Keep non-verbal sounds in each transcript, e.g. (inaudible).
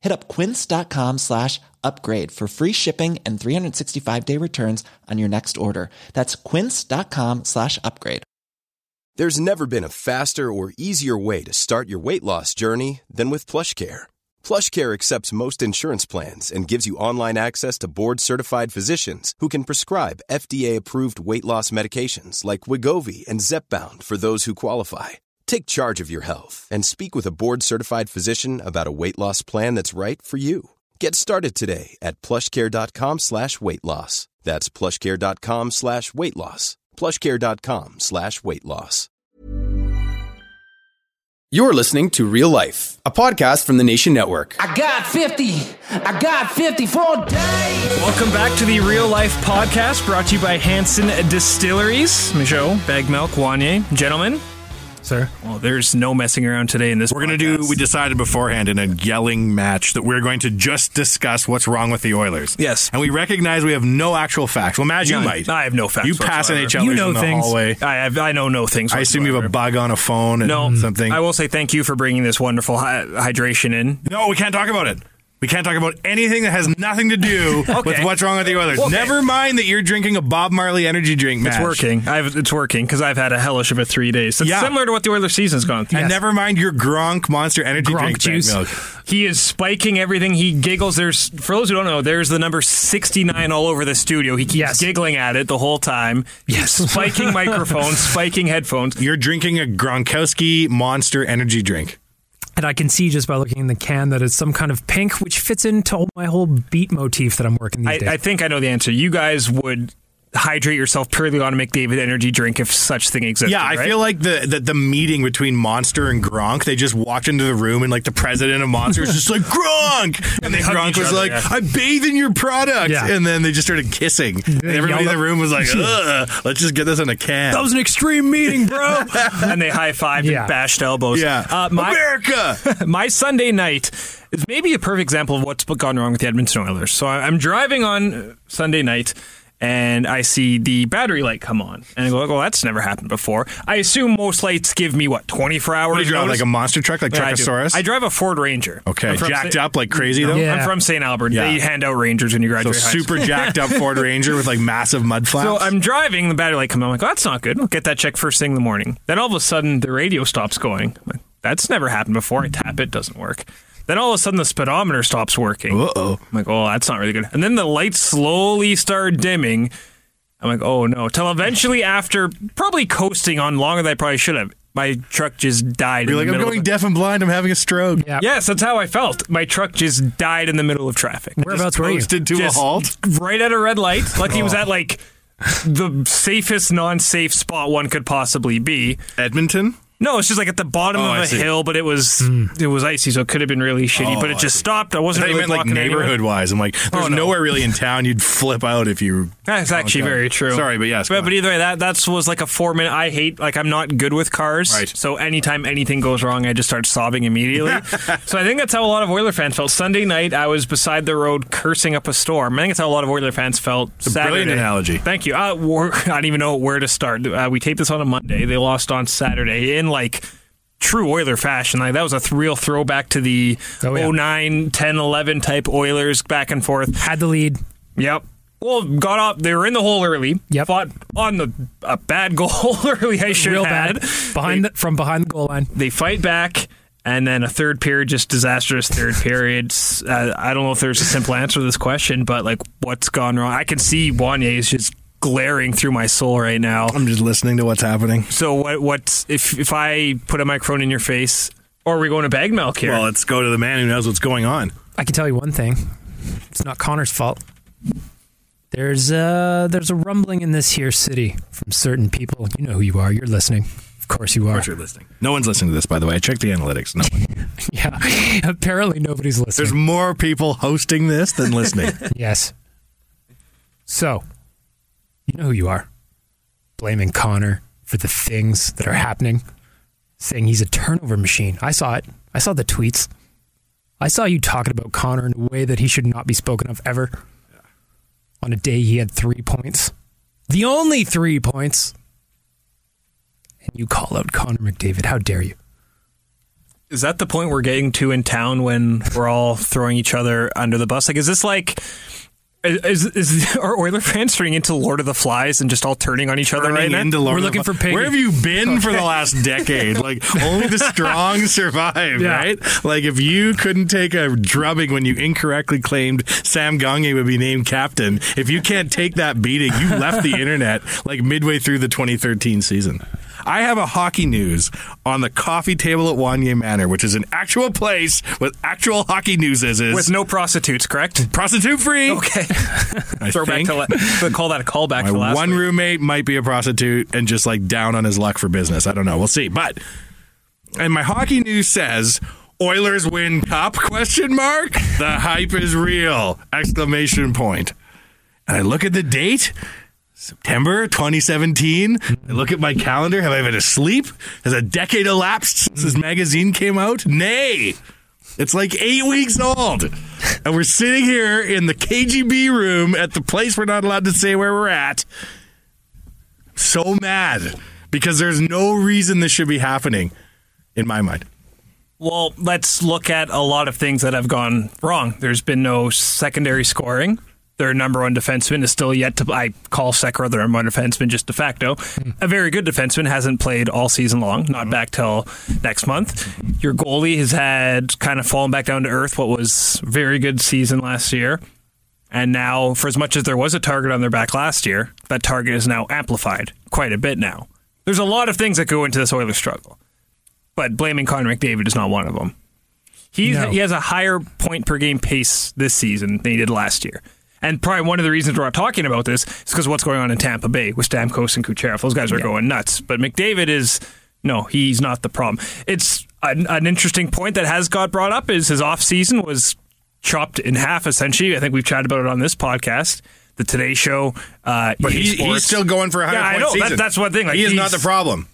Hit up quince.com slash upgrade for free shipping and 365 day returns on your next order. That's quince.com slash upgrade. There's never been a faster or easier way to start your weight loss journey than with PlushCare. PlushCare accepts most insurance plans and gives you online access to board-certified physicians who can prescribe FDA-approved weight loss medications like Wigovi and Zepbound for those who qualify. Take charge of your health and speak with a board-certified physician about a weight loss plan that's right for you. Get started today at plushcare.com slash weight loss. That's plushcare.com slash weight loss. Plushcare.com slash weight loss. You're listening to Real Life, a podcast from the Nation Network. I got 50. I got 54 days. Welcome back to the Real Life Podcast, brought to you by Hanson Distilleries. Michaud, Bagmelk, Wanye. Gentlemen. Sir? Well, there's no messing around today in this We're going to do, we decided beforehand in a yelling match that we're going to just discuss what's wrong with the Oilers. Yes. And we recognize we have no actual facts. Well, Maz, you might. I have no facts. You pass whatsoever. NHLers You know in the things. hallway. I, have, I know no things. I assume you have a whatsoever. bug on a phone and Mm-hmm. No, something. I will say thank you for bringing this wonderful hy- hydration in. no, we can't talk about it. We can't talk about anything that has nothing (laughs) to do with what's wrong with the Oilers. Okay. Never mind that you're drinking a Bob Marley energy drink, Maz. It's working. I've, it's working because I've had a hellish of a three days. It's Yeah. similar to what the Oilers season's gone through. And never mind your Gronk Monster Energy Gronk Drink juice. Milk. He is spiking everything. He giggles. There's for those who don't know, there's the number 69 all over the studio. He keeps Yes. giggling at it the whole time. Yes, (laughs) spiking microphones, spiking headphones. You're drinking a Gronkowski Monster Energy Drink. And I can see just by looking in the can that it's some kind of pink, which fits into my whole beat motif that I'm working these I, days. I think I know the answer. You guys would hydrate yourself purely on a McDavid energy drink if such thing existed. Yeah, I right? feel like the, the the meeting between Monster and Gronk, they just walked into the room and like the president of Monster was just like Gronk, (laughs) and, then hugged Gronk each was other, like, yeah. "I bathe in your product," Yeah. and then they just started kissing. And everybody in the yelled- (laughs) room was like, Ugh, "Let's just get this in a can." That was an extreme meeting, bro. (laughs) and they high fived Yeah. and bashed elbows. yeah, Uh, my, (laughs) America. my Sunday night is maybe a perfect example of what's gone wrong with the Edmonton Oilers. So I- I'm driving on Sunday night. And I see the battery light come on, and I go, "Well, that's never happened before." I assume most lights give me what twenty four hours. What do you drive, notice? like a monster truck, like Yeah, I do. Truckosaurus? I drive a Ford Ranger. Okay, I'm from jacked Sa- up like crazy though. Yeah. I'm from St. Albert. Yeah. They hand out Rangers when you So graduate. high school. super (laughs) jacked up Ford Ranger with like massive mud flaps. So I'm driving, the battery light comes on. I'm like, oh, that's not good. I'll get that check first thing in the morning. Then all of a sudden, the radio stops going. I'm like, that's never happened before. I tap it, doesn't work. Then all of a sudden, the speedometer stops working. Uh oh. I'm like, oh, that's not really good. And then the lights slowly start dimming. I'm like, oh no. Till eventually, after probably coasting on longer than I probably should have, my truck just died. You're in like, the I'm middle of going it." deaf and blind. I'm having a stroke. Yeah. Yes, that's how I felt. My truck just died in the middle of traffic. Whereabouts were you? Roasted to Just a halt. Oh. right at a red light. Lucky it was at like the safest non-safe spot one could possibly be. Edmonton. No, it's just like at the bottom Oh, of I a see. Oh, hill, but it was Hmm. it was icy, so it could have been really shitty. but it just stopped. I I wasn't thought you really meant like walking anywhere. neighborhood wise. I'm like, there's Oh, no. nowhere really in town you'd flip out if you. That's actually Okay. very true. Sorry, but yes, go But, on. but either way, that that's was like a four minute. I hate like I'm not good with cars. Right. So anytime anything goes wrong, I just start sobbing immediately. (laughs) so I think that's how a lot of Oiler fans felt. Sunday night, I was beside the road cursing up a storm. I think that's how a lot of Oiler fans felt. a Saturday. brilliant analogy. Thank you. Uh, wor- (laughs) I don't even know where to start. Uh, we taped this on a Monday. They lost on Saturday in like. True Oiler fashion. Like that was a th- real throwback to the Oh, yeah. 09, 10, 11 type Oilers back and forth. Had the lead. Yep. Well, got up. They were in the hole early. Yep. Fought on the a bad goal (laughs) early. I should Real have bad. Behind the, from behind the goal line. They fight back, and then a third period, just disastrous third (laughs) period. S- Uh, I don't know if there's a simple answer to this question, but like, what's gone wrong? I can see Wanye is just glaring through my soul right now. I'm just listening to what's happening. So what? What's if if I put a microphone in your face? Or are we going to bag milk here? Well, let's go to the man who knows what's going on. I can tell you one thing. It's not Connor's fault. There's a, there's a rumbling in this here city from certain people. You know who you are. You're listening. Of course you are. You're listening. No one's listening to this, by the way. I checked the analytics. No one. (laughs) Yeah. Apparently nobody's listening. There's more people hosting this than (laughs) listening. Yes. So, you know who you are. Blaming Connor for the things that are happening, saying he's a turnover machine. I saw it. I saw the tweets. I saw you talking about Connor in a way that he should not be spoken of ever. On a day he had three points, the only three points. And you call out Connor McDavid. How dare you? Is that the point we're getting to in town when we're all throwing each other under the bus? Like, is this like. Is, is (laughs) are Oiler fans turning into Lord of the Flies and just all turning on each other right Turning now? into Lord We're of the looking Fl- for Piggy. Where have you (laughs) been for the last decade? Like only the strong survive, Yeah. right? Like if you couldn't take a drubbing when you incorrectly claimed Sam Gagne would be named captain, if you can't take that beating, you left the internet like midway through the 2013 season. I have a hockey news on the coffee table at Wanye Manor, which is an actual place with actual hockey news as is. With no prostitutes, (laughs) correct? prostitute free. Okay. I (laughs) Throw back think. to la- (laughs) but call that a callback My to last one week. roommate might be a prostitute and just like down on his luck for business. I don't know. We'll see. But and my hockey news says Oilers win cup question mark. The hype is real. Exclamation point. And I look at the date. September 2017. I look at my calendar. Have I been asleep? Has a decade elapsed since this magazine came out? Nay. It's like eight weeks old. And we're sitting here in the KGB room at the place we're not allowed to say where we're at. So mad because there's no reason this should be happening in my mind. Well, let's look at a lot of things that have gone wrong. There's been no secondary scoring. Their number one defenseman is still yet to. I call Sekiro their number one defenseman just de facto. A very good defenseman hasn't played all season long, not back till next month. Your goalie has had kind of fallen back down to earth what was very good season last year. And now, for as much as there was a target on their back last year, that target is now amplified quite a bit now. There's a lot of things that go into this Oilers struggle, but blaming Connor McDavid is not one of them. He, No. he has a higher point per game pace this season than he did last year. And probably one of the reasons we're not talking about this is because what's going on in Tampa Bay with Stamkos and Kucherov. Those guys are going nuts. But McDavid is, no, he's not the problem. It's an, an interesting point that has got brought up is his offseason was chopped in half, essentially. I think we've chatted about it on this podcast, the Today Show. Uh, But EA he, he's Sports. still going for a 100 Yeah, I point know. That- season. that's one thing. Like, he is not the he's- problem.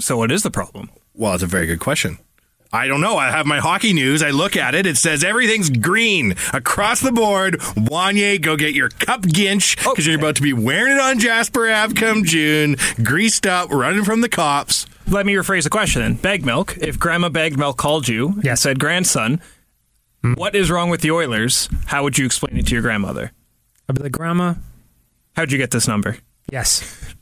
So what is the problem? Well, it's a very good question. I don't know. I have my hockey news. I look at it. It says everything's green across the board. Wanye, go get your cup ginch because you're about to be wearing it on Jasper Ave come June. Greased up, running from the cops. Let me rephrase the question then. Bag milk. If Grandma Bag Milk called you and Yes. said, "Grandson, what is wrong with the Oilers?" How would you explain it to your grandmother? I'd be like, Grandma, How'd you get this number? yes.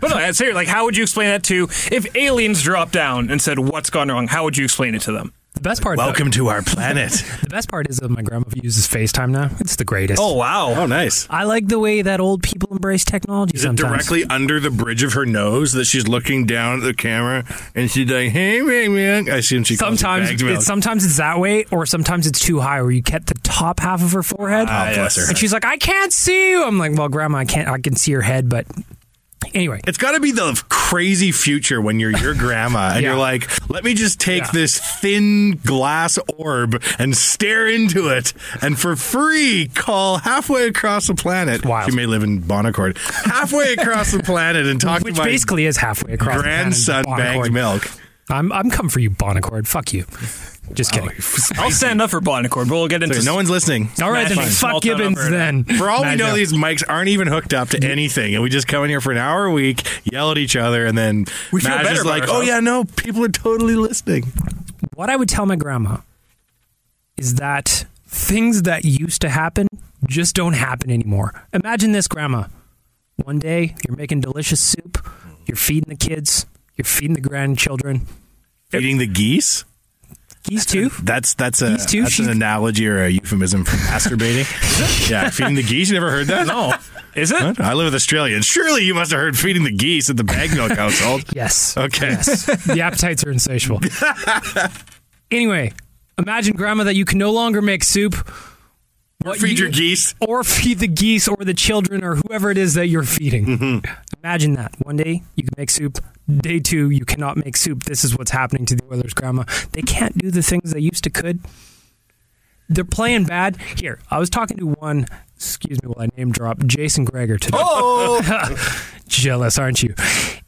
But no, I'm serious. Like, how would you explain that to if aliens dropped down and said, "What's gone wrong?" How would you explain it to them? The best part. though- Welcome to our (laughs) planet. The best part is that my grandma uses FaceTime now. It's the greatest. Oh wow! oh, nice. I like the way that old people embrace technology Is it sometimes. directly under the bridge of her nose that she's looking down at the camera and she's like, "Hey, man, man." I assume she calls it sometimes bagged milk. it's, sometimes it's that way, or sometimes it's too high, where you kept the top half of her forehead. Ah, bless her. And she's like, "I can't see you." I'm like, "Well, grandma, I can't. I can see your head, but Anyway, It's got to be the crazy future when you're your grandma and Yeah. you're like, let me just take Yeah. this thin glass orb and stare into it and for free call halfway across the planet. wild. She may live in Bonaccord. Halfway across the planet and talk which to my basically is halfway across. the planet, grandson Bonaccord. bags milk. I'm I'm come for you, Bonacord. Fuck you. Just kidding. I'll stand up for Bonaccord, but we'll get into Sorry, no one's listening. All right, then Smashing small fuck town Gibbons Alberta. then. For all Nah, we know, no. these mics aren't even hooked up to anything, and we just come in here for an hour a week, yell at each other, and then We feel Madge better is about like, "Oh ourselves." yeah, no, people are totally listening." what I would tell my grandma is that things that used to happen just don't happen anymore. Imagine this, grandma. One day you're making delicious soup, you're feeding the kids, you're feeding the grandchildren. Eating the geese. Geese too. That's that's a Geese too, that's an she's- analogy or a euphemism for (laughs) masturbating. yeah, feeding the geese. You never heard that? No. Is it? What? I live with Australians. Surely you must have heard feeding the geese at the bag milk household. Yes. Okay. (laughs) Yes. the appetites are insatiable. anyway, imagine grandma that you can no longer make soup Or feed your geese. or feed the geese or the children or whoever it is that you're feeding. Imagine that. One day you can make soup. Day two, you cannot make soup. This is what's happening to the Oilers' grandma. They can't do the things they used to could. They're playing bad. Here, I was talking to one, excuse me while I name drop, Jason Greger today. Jealous, aren't you?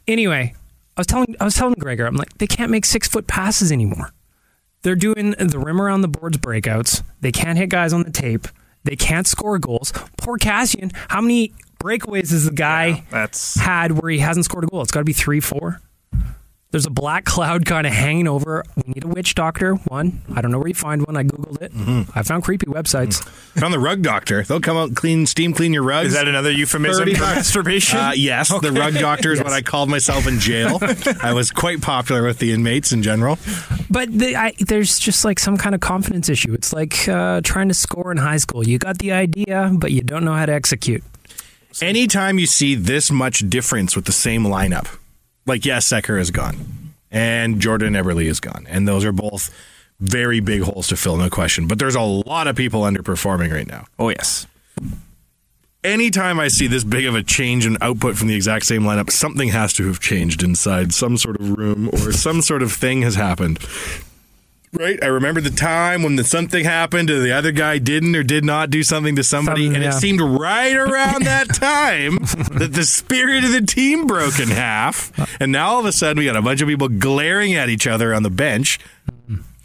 Anyway, I was telling I was telling Greger, I'm like, they can't make six foot passes anymore. They're doing the rim around the boards breakouts. They can't hit guys on the tape. They can't score goals. Poor Cassian. How many breakaways has the guy That's had where he hasn't scored a goal? It's got to be three, four. There's a black cloud kind of hanging over. We need a witch doctor. One. I don't know where you find one. I googled it. I found creepy websites. Found the rug doctor. They'll come out clean, steam clean your rugs. is that another euphemism 30 for bucks. masturbation? Uh, yes, the rug doctor is what I called myself (laughs) in jail. I was quite popular with the inmates in general. But the, I, there's just like some kind of confidence issue. It's like uh, trying to score in high school. You got the idea, but you don't know how to execute. Anytime you see this much difference with the same lineup, like yes, Secker is gone, and Jordan Eberle is gone, and those are both very big holes to fill, no question. But there's a lot of people underperforming right now. oh yes. anytime I see this big of a change in output from the exact same lineup, something has to have changed inside some sort of room or some sort of thing has happened. Right? I remember the time when the, something happened or the other guy didn't or did not do something to somebody. Something, and yeah. it seemed right (laughs) around that time that the spirit of the team broke in half. And now all of a sudden we got a bunch of people glaring at each other on the bench.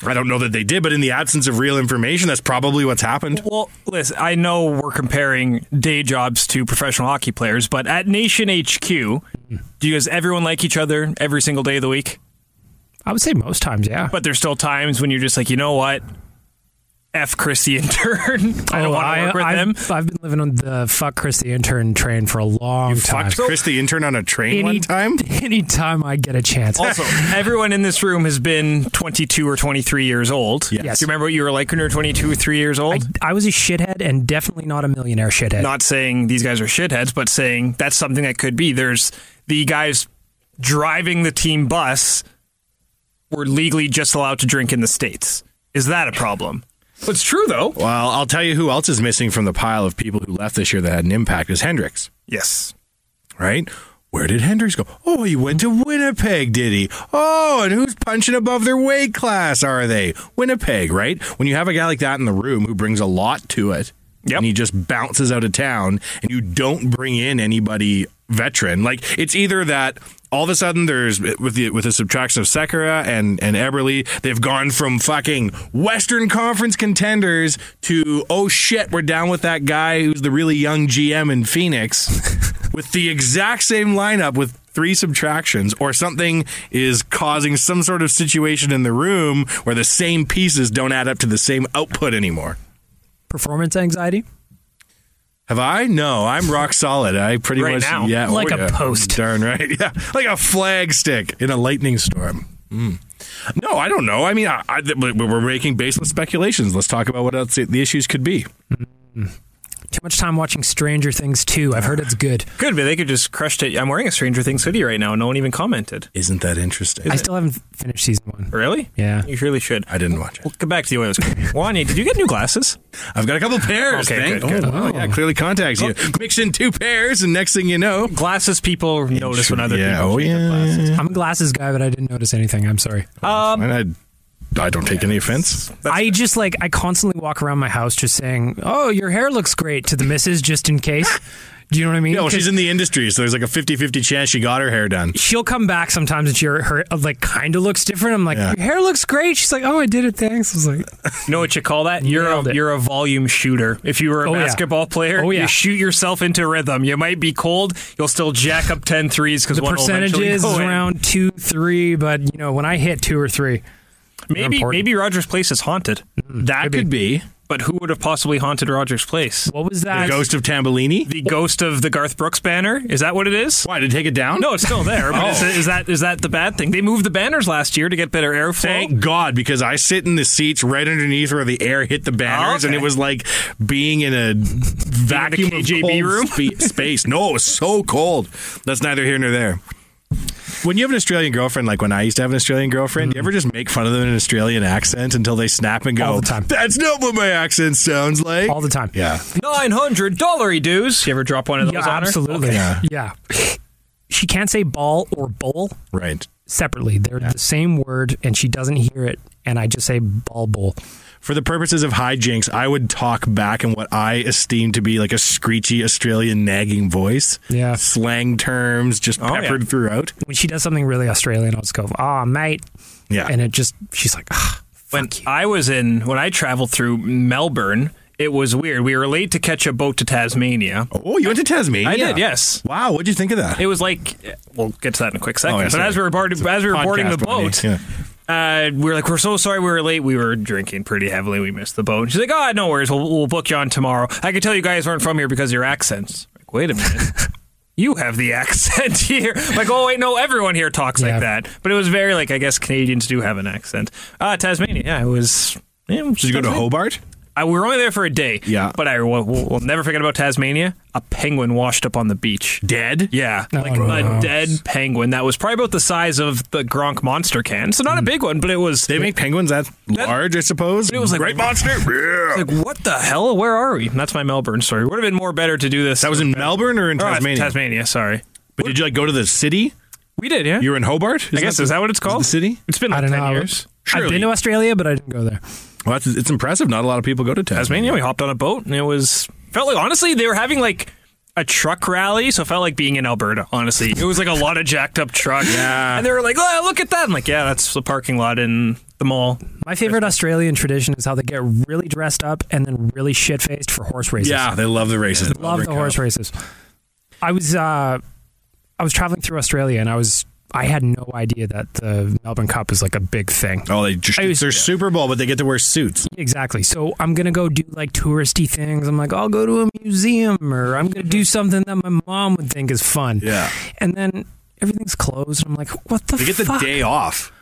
I don't know that they did, but in the absence of real information, that's probably what's happened. Well, listen, I know we're comparing day jobs to professional hockey players, but at Nation HQ, do you guys everyone like each other every single day of the week? I would say most times, yeah. But there's still times when you're just like, you know what? F Chrissy (laughs) intern. I don't Oh, want to work with I've, them. I've been living on the fuck Chris the intern train for a long time. Fucked Chris the intern on a train Any- one time. (laughs) Anytime I get a chance. Also, (laughs) everyone in this room has been 22 or 23 years old. Yes. Do you remember what you were like when you were 22 or 3 years old? I, I was a shithead and definitely not a millionaire shithead. Not saying these guys are shitheads, but saying that's something that could be. There's the guys driving the team bus were legally just allowed to drink in the States. Is that a problem? It's true, though. Well, I'll tell you who else is missing from the pile of people who left this year that had an impact is Hendricks, Yes. right? Where did Hendricks go? Oh, he went to Winnipeg, did he? Oh, and who's punching above their weight class are they? Winnipeg, right? When you have a guy like that in the room who brings a lot to it, Yep. and he just bounces out of town, and you don't bring in anybody veteran, like it's either that all of a sudden there's with the with the subtraction of Sekera and and Eberly, they've gone from fucking Western Conference contenders to oh shit, we're down with that guy who's the really young GM in Phoenix with the exact same lineup with three subtractions or something is causing some sort of situation in the room where the same pieces don't add up to the same output anymore. Performance anxiety? Have I? No, I'm rock solid. I pretty Right much now. yeah, oh Like a yeah. post. Darn right, (laughs) yeah, like a flag stick in a lightning storm. Mm. No, I don't know. I mean, I, I, th- we- we're making baseless speculations. Let's talk about what else the issues could be. Too much time watching Stranger Things too. I've heard it's good. Could be. They could just crush it. I'm wearing a Stranger Things hoodie right now. No one even commented. Isn't that interesting? I still haven't finished season one. Really? Yeah. You really should. I didn't watch it. We'll come back to the Oilers. (laughs) Wanya, did you get new glasses? I've got a couple pairs. Okay, thank- good, good. Oh, wow, yeah, clearly contacts you. Mix in two pairs, and next thing you know, Glasses people notice when other yeah, people oh, get yeah, glasses. Um, I'm a glasses guy, but I didn't notice anything. I'm sorry. and I, I don't take any offense. I just like I constantly walk around my house just saying, "Oh, your hair looks great" to the missus, just in case. Do you know what I mean? No, 'Cause she's in the industry, so there's like a 50-50 chance she got her hair done. She'll come back sometimes and she her like kind of looks different. I'm like, Yeah. your hair looks great. She's like, oh, I did it. Thanks. I was like, You know what you call that? You're Nailed a, it. you're a volume shooter. If you were a Oh, yeah. basketball player, Oh, yeah. you shoot yourself into rhythm. You might be cold. You'll still jack up 10 threes because the one will percentage eventually is go in. around two, three, but you know when I hit two or three, Maybe important. Hmm, maybe Rogers Place is haunted. That could be But who would have possibly haunted Rogers Place? what was the that? ghost of Tambellini. The ghost of the Garth Brooks banner? Is that what it is? Why did it take it down? No, it's (laughs) still there. Oh. But is, is that is that the bad thing? They moved the banners last year to get better airflow. Thank God, because I sit in the seats right underneath where the air hit the banners, Oh, okay. and it was like being in a vacuum of KJB cold room? spe- space. No, it was so cold. That's neither here nor there. When you have an Australian girlfriend, like when I used to have an Australian girlfriend, do you ever just make fun of them in an Australian accent until they snap and go, All the time. That's not what my accent sounds like. all the time. yeah. Nine hundred dollary dues. You ever drop one of those Yeah, on her? absolutely. Okay. Yeah. She can't say ball or bowl Right. separately. They're the same word, and she doesn't hear it. And I just say ball bowl. For the purposes of hijinks, I would talk back in what I esteem to be like a screechy Australian nagging voice. Yeah. Slang terms just Oh, yeah. peppered throughout. When she does something really Australian, I'll just go, "Ah, mate," Yeah. and it just she's like, ah, When I was in when I traveled through Melbourne, it was weird. We were late to catch a boat to Tasmania. Oh, you went to Tasmania? I did, yes. Wow, what'd you think of that? Oh, It was like we'll get to that in a quick second. yeah, but sorry. as we were board, as we were boarding the Podcast money, boat, yeah. uh, we were like, "We're so sorry, we were late. We were drinking pretty heavily. We missed the boat." And she's like, "Oh, no worries. We'll, we'll book you on tomorrow." I could tell you guys aren't from here because of your accents. Like, wait a minute. You have the accent (laughs) here. Like, oh wait, no, everyone here talks Yeah. like that. But it was very like I guess Canadians do have an accent. Uh, Tasmania, yeah, it was. Yeah, Did you go to Hobart? I, we were only there for a day. Yeah. But I will will will never forget about Tasmania. A penguin washed up on the beach. Dead? Yeah, like a dead penguin that was probably about the size of the Gronk monster can. So not Hmm. a big one, but it was. They make penguins that large, I suppose. It was like- (laughs) Great monster. Yeah. like what the hell? Where are we? That's my Melbourne story. Would have been more better to do this. that was in Melbourne or in Oh, Tasmania? Tasmania. Sorry, But did you like go to the city? we did. Yeah, You were in Hobart? I guess is that what it's called? The city? It's been like I don't ten know. years. I've Surely. been to Australia, but I didn't go there. Well, that's, it's impressive. Not a lot of people go to Tasmania. Tasmania. We hopped on a boat and it was felt like honestly they were having like a truck rally, so it felt like being in Alberta. Honestly, it was like a lot of jacked up trucks. (laughs) Yeah. and they were like, "Oh, look at that!" I'm like, "Yeah, that's the parking lot in the mall." My favorite Australian tradition is how they get really dressed up and then really shit faced for horse races. Yeah, they love the races. They love the Melbourne horse Cup. races. I was uh, I was traveling through Australia and I was I had no idea that the Melbourne Cup is like a big thing. Oh, they just, I was- it's their Super Bowl, but they get to wear suits. Exactly. So I'm gonna go do like touristy things. I'm like, I'll go to a museum or I'm gonna do something that my mom would think is fun. Yeah. And then everything's closed. And I'm like, what the? They get the fuck? day off.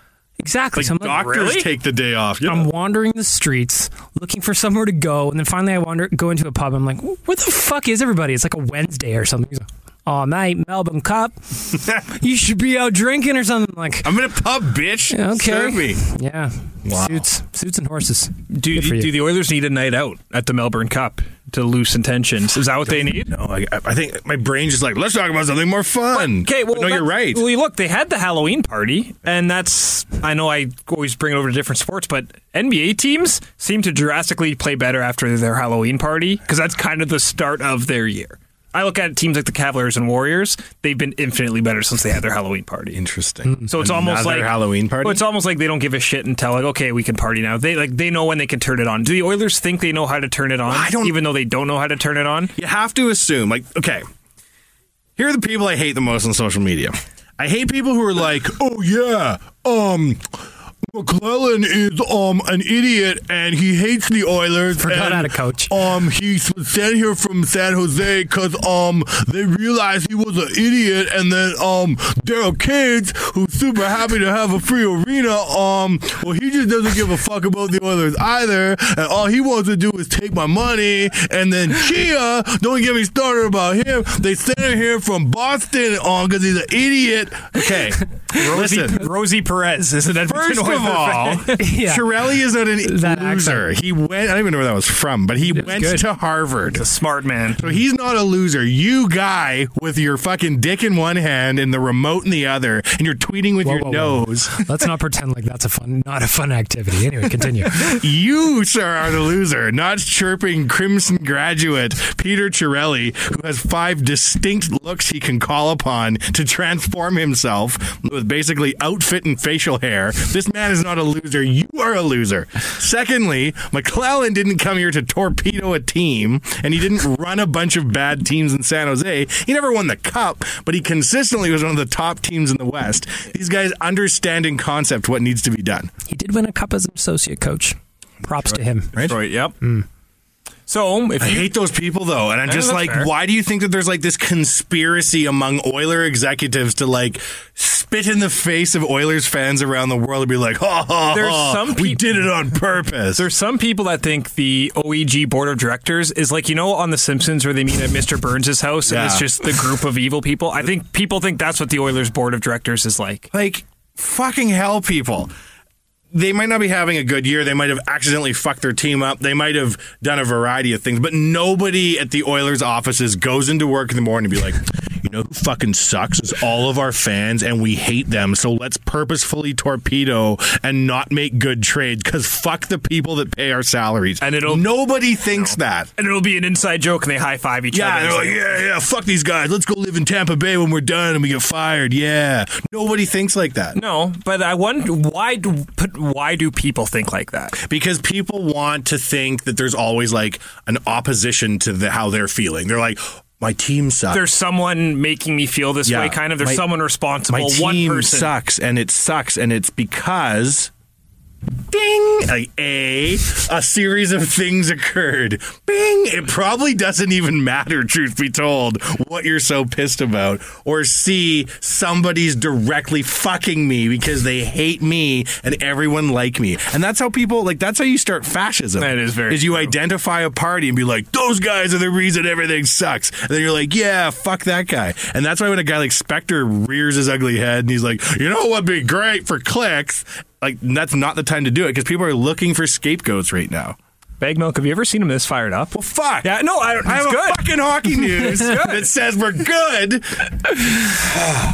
Exactly. Like so I'm like, doctors really? Um, take the day off. Yeah. I'm wandering the streets looking for somewhere to go, and then finally I wander go into a pub. I'm like, where the fuck is everybody? It's like a Wednesday or something. He's like, oh, mate, Melbourne Cup. you should be out drinking or something. I'm like, (laughs) I'm in a pub, bitch. Yeah, okay. Serve me. yeah, Wow. suits, suits and horses. Do, Good for you. do the Oilers need a night out at the Melbourne Cup to loosen tensions? Is that what they need? No, I, I think my brain's just like, let's talk about something more fun. Okay, well, But no, that- you're right. Well, you look, they had the Halloween party, and that's I know I always bring it over to different sports, but NBA teams seem to drastically play better after their Halloween party because that's kind of the start of their year. I look at teams like the Cavaliers and Warriors; they've been infinitely better since they had their Halloween party. Interesting. So it's almost Another like Halloween party? Well, it's almost like they don't give a shit until like, okay, we can party now. They like they know when they can turn it on. Do the Oilers (laughs) think they know how to turn it on? I don't- even though they don't know how to turn it on. you have to assume, like, okay, here are the people I hate the most on social media. I hate people who are like, oh yeah, um, McClellan is um an idiot and he hates the Oilers. Forgot and, how to coach. Um, he was sent here from San Jose because um they realized he was an idiot, and then um Daryl Cage, who's super happy to have a free arena, um well he just doesn't give a fuck about the Oilers either, and all he wants to do is take my money, and then Chia, don't get me started about him. They sent him here from Boston on because he's an idiot. (laughs) Okay, Rosie, listen. Rosie Perez is an Edmonton First Oilers of fan. all, (laughs) Yeah. Shirelli is not an That loser. accent. He went. I don't even know where that was from, but he went good. to Harvard. a smart man. So he's not a loser. You guy with your fucking dick in one hand and the remote in the other, and you're tweeting with Whoa, your whoa, whoa. nose. Let's not pretend like that's a fun, not a fun activity. Anyway, continue. you, sir, are the loser. Not chirping Crimson graduate Peter Chirelli, who has five distinct looks he can call upon to transform himself with basically outfit and facial hair. This man is not a loser. You are a loser. Secondly, McClellan didn't come here to torpedo a team, and he didn't run a bunch of bad teams in San Jose. He never won the cup, but he consistently was one of the top teams in the West. These guys understand in concept what needs to be done. (laughs) he did win a cup as an associate coach. Props to him. Detroit, yep. So if I you hate those people though, and I'm Yeah, just that's like, fair. why do you think that there's like this conspiracy among Oiler executives to like spit in the face of Oilers fans around the world and be like, ha ha, There's ha, some we peop- did it on purpose. There's some people that think the OEG board of directors is like you know on The Simpsons where they meet at Mr. Burns' house and it's Yeah. just the group of evil people. I think people think that's what the Oilers board of directors is like. like fucking hell, people. They might not be having a good year. They might have accidentally fucked their team up. They might have done a variety of things, but nobody at the Oilers offices goes into work in the morning and be like, you know who fucking sucks is all of our fans and we hate them. So let's purposefully torpedo and not make good trades because fuck the people that pay our salaries. And it'll- nobody thinks that. And it'll be an inside joke and they high five each Yeah, other. they're like, yeah, yeah, fuck these guys. Let's go live in Tampa Bay when we're done and we get fired. Yeah. Nobody thinks like that. No, but I wonder why do but why do people think like that? because people want to think that there's always like an opposition to the, how they're feeling. They're like, my team sucks. There's someone making me feel this Yeah. way, kind of. There's My- someone responsible. my team one person. sucks, and it sucks, and it's because. Ding! Like a a series of things occurred. Bing! It probably doesn't even matter, truth be told, what you're so pissed about. Or C, somebody's directly fucking me because they hate me and everyone like me. And that's how people like that's how you start fascism. That is very is you true. identify a party and be like, those guys are the reason everything sucks. And then you're like, yeah, fuck that guy. And that's why when a guy like Spectre rears his ugly head and he's like, you know what'd be great for clicks? Like, that's not the time to do it because people are looking for scapegoats right now. Bag milk. Have you ever seen him this fired up? Well, fuck. Yeah, no, I, I have it's good. a fucking (laughs) hockey news It's good. that says we're (laughs) good.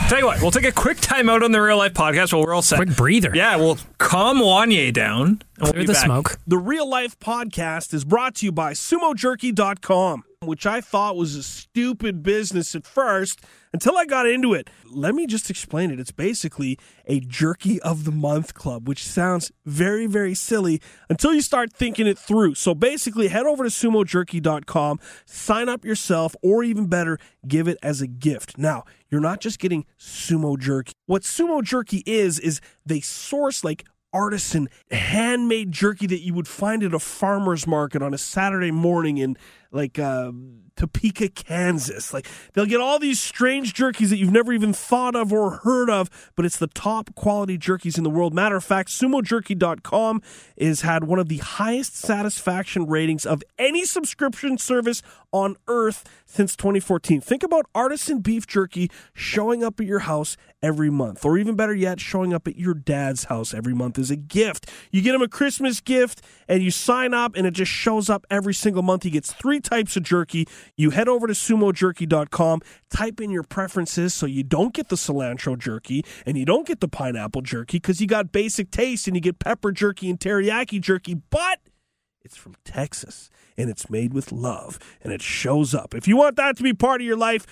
Tell you what, we'll take a quick timeout on the real life podcast while we're all set. Quick breather. Yeah, we'll calm Wanye down. And we'll Clear be the back. smoke. The Real Life Podcast is brought to you by sumojerky.com, which I thought was a stupid business at first until I got into it. Let me just explain it. It's basically a jerky of the month club, which sounds very, very silly until you start thinking it through. So basically, head over to sumojerky.com, sign up yourself, or even better, give it as a gift. Now, you're not just getting sumo jerky. What sumo jerky is, is they source like artisan handmade jerky that you would find at a farmer's market on a Saturday morning in like uh, Topeka, Kansas. Like they'll get all these strange jerkies that you've never even thought of or heard of, but it's the top quality jerkies in the world. Matter of fact, sumojerky.com has had one of the highest satisfaction ratings of any subscription service on earth since 2014. Think about artisan beef jerky showing up at your house every month, or even better yet, showing up at your dad's house every month as a gift. You get him a Christmas gift and you sign up, and it just shows up every single month. He gets three types of jerky. You head over to sumojerky.com, type in your preferences so you don't get the cilantro jerky and you don't get the pineapple jerky because you got basic taste and you get pepper jerky and teriyaki jerky, but It's from Texas and it's made with love and it shows up. If you want that to be part of your life,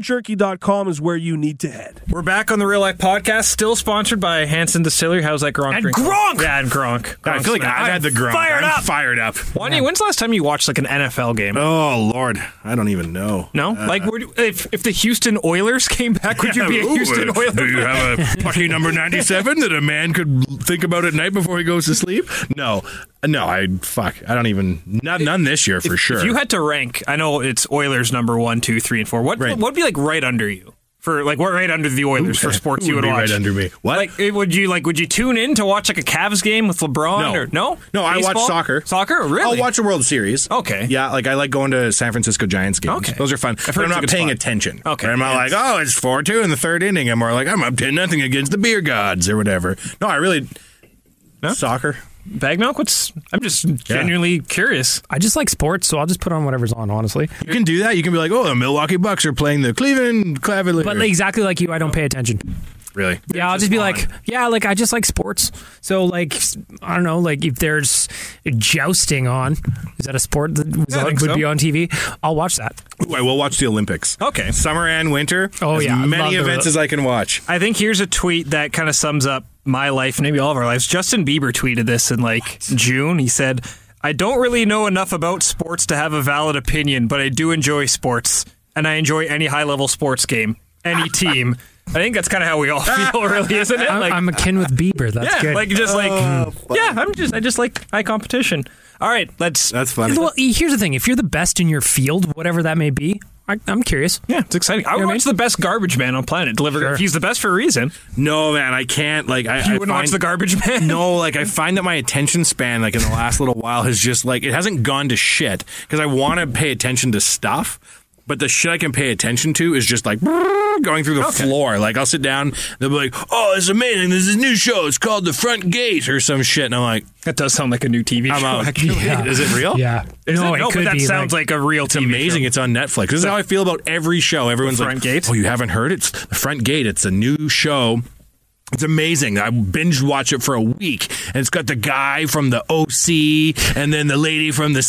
sumojerky.com is where you need to head. We're back on the Real Life Podcast, still sponsored by Hanson Distillery. How's that Gronk? And drink? Gronk! Yeah, and Gronk. I feel like Gronk's I've back. had the grunt. Fired I'm up. Fired up. Wani, when's the last time you watched like an NFL game? Oh Lord, I don't even know. no, like would, you- if if the Houston Oilers (laughs) came back, would you be a Ooh, Houston uh, Oilers? Do you have a pucky number 97 that a man could think about at night before he goes to sleep? No. No, I fuck. I don't even not, none this year for sure. If you had to rank, I know it's Oilers number one, two, three, and four. What Right. what would be like right under you for like what right under the Oilers for sports Who you would be watch? right under me. What? Like it- would you like would you tune in to watch like a Cavs game with LeBron No. or no? No, I watch Baseball? soccer. Soccer? Really? I'll watch a World Series. Okay. Yeah, like I like going to San Francisco Giants games. Okay. Those are fun. I've But heard I'm it's a not good paying spot. attention. Okay. I'm not like, Yes. oh, it's 4 2 in the third inning. I'm more like, I'm up 10 nothing against the beer gods or whatever. No, I really. Soccer. bag milk. What's I'm just genuinely curious. I just like sports, so I'll just put on whatever's on, honestly. You can do that. You can be like, oh, the Milwaukee Bucks are playing the Cleveland Cavaliers. But exactly like you, I don't pay attention. really? Yeah, I'll just be like, yeah, like I just like sports. So like, s- I don't know, like if there's jousting on, is that a sport that was I on, would think so. be on TV? I'll watch that. Ooh, I will watch the Olympics. Okay. Summer and winter. Oh, as yeah, I love Many the- events as I can watch. I think here's a tweet that kind of sums up my life, maybe all of our lives. Justin Bieber tweeted this in like June. He said, "I don't really know enough about sports to have a valid opinion, but I do enjoy sports, and I enjoy any high-level sports game, any team." I think that's kind of how we all (laughs) feel, really, (laughs) isn't it? I'm, Like, I'm akin with Bieber. That's yeah, good. Oh, like just like yeah. I'm just I just like high competition. All right, let's. That's funny. well, e- here's the thing: if you're the best in your field, whatever that may be, I, I'm curious. yeah, it's exciting. I would know what I watch the best garbage man on planet deliver. Sure. If he's the best for a reason, No, man, I can't. Like, I, you I wouldn't watch find- the garbage man. No, like I find that my attention span, like in the last little while, has just like it hasn't gone to shit because I want to pay attention to stuff, but the shit I can pay attention to is just like going through the floor. Like I'll sit down, they'll be like, "Oh, it's amazing! There's this new show. It's called The Front Gate or some shit," and I'm like, That does sound like a new TV "I'm show. out." Actually. Is it real? Yeah, Is no, it? it no, could but that be, sounds like, a real It's TV amazing. show. It's on Netflix. This is how I feel about every show. Everyone's The Front like, Gate? "Oh, you haven't heard? It's the Front Gate. It's a new show. It's amazing. I binge watch it for a week, and it's got the guy from the OC, and then the lady from the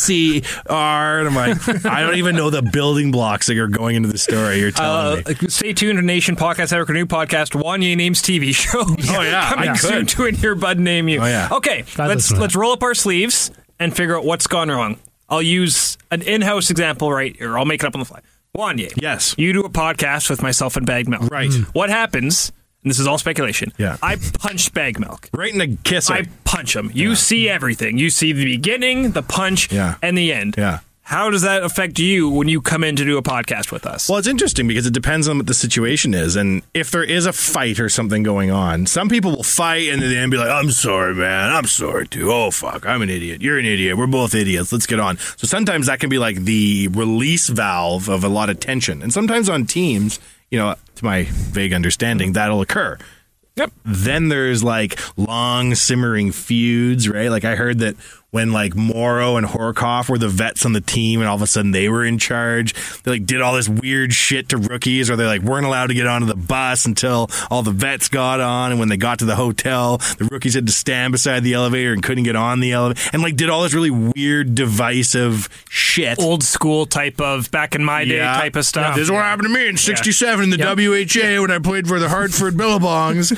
CR. And I'm like, (laughs) I don't even know the building blocks that are going into the story. You're telling Uh, me. stay tuned to Nation Podcast Network, a new podcast, Wanye Names TV show. Oh, (laughs) yeah, Coming I soon could. to In Your Bud Name You. Oh, yeah. Okay, I'd let's listen to let's roll up our sleeves and figure out what's gone wrong. I'll use an in-house example right here. I'll make it up on the fly. Wanye. Yes. You do a podcast with myself and Bag Milk. Right. Mm. What happens, and this is all speculation, Yeah. I punch Bag Milk. Right in the kisser. I punch him. You see everything. You see the beginning, the punch, Yeah. and the end. Yeah. How does that affect you when you come in to do a podcast with us? Well, it's interesting because it depends on what the situation is, and if there is a fight or something going on, some people will fight and then they'll be like, "I'm sorry, man. I'm sorry too. Oh fuck, I'm an idiot. You're an idiot. We're both idiots. Let's get on." So sometimes that can be like the release valve of a lot of tension, and sometimes on teams, you know, to my vague understanding, that'll occur. Yep. Then there's like long simmering feuds, right? Like I heard that when like Morrow and Horkoff were the vets on the team and all of a sudden they were in charge, they like did all this weird shit to rookies or they like weren't allowed to get onto the bus until all the vets got on and when they got to the hotel, the rookies had to stand beside the elevator and couldn't get on the elevator and like did all this really weird divisive shit. old school type of back in my day type of stuff. This is what happened to me in '67 in the WHA when I played for the Hartford (laughs) Billabongs,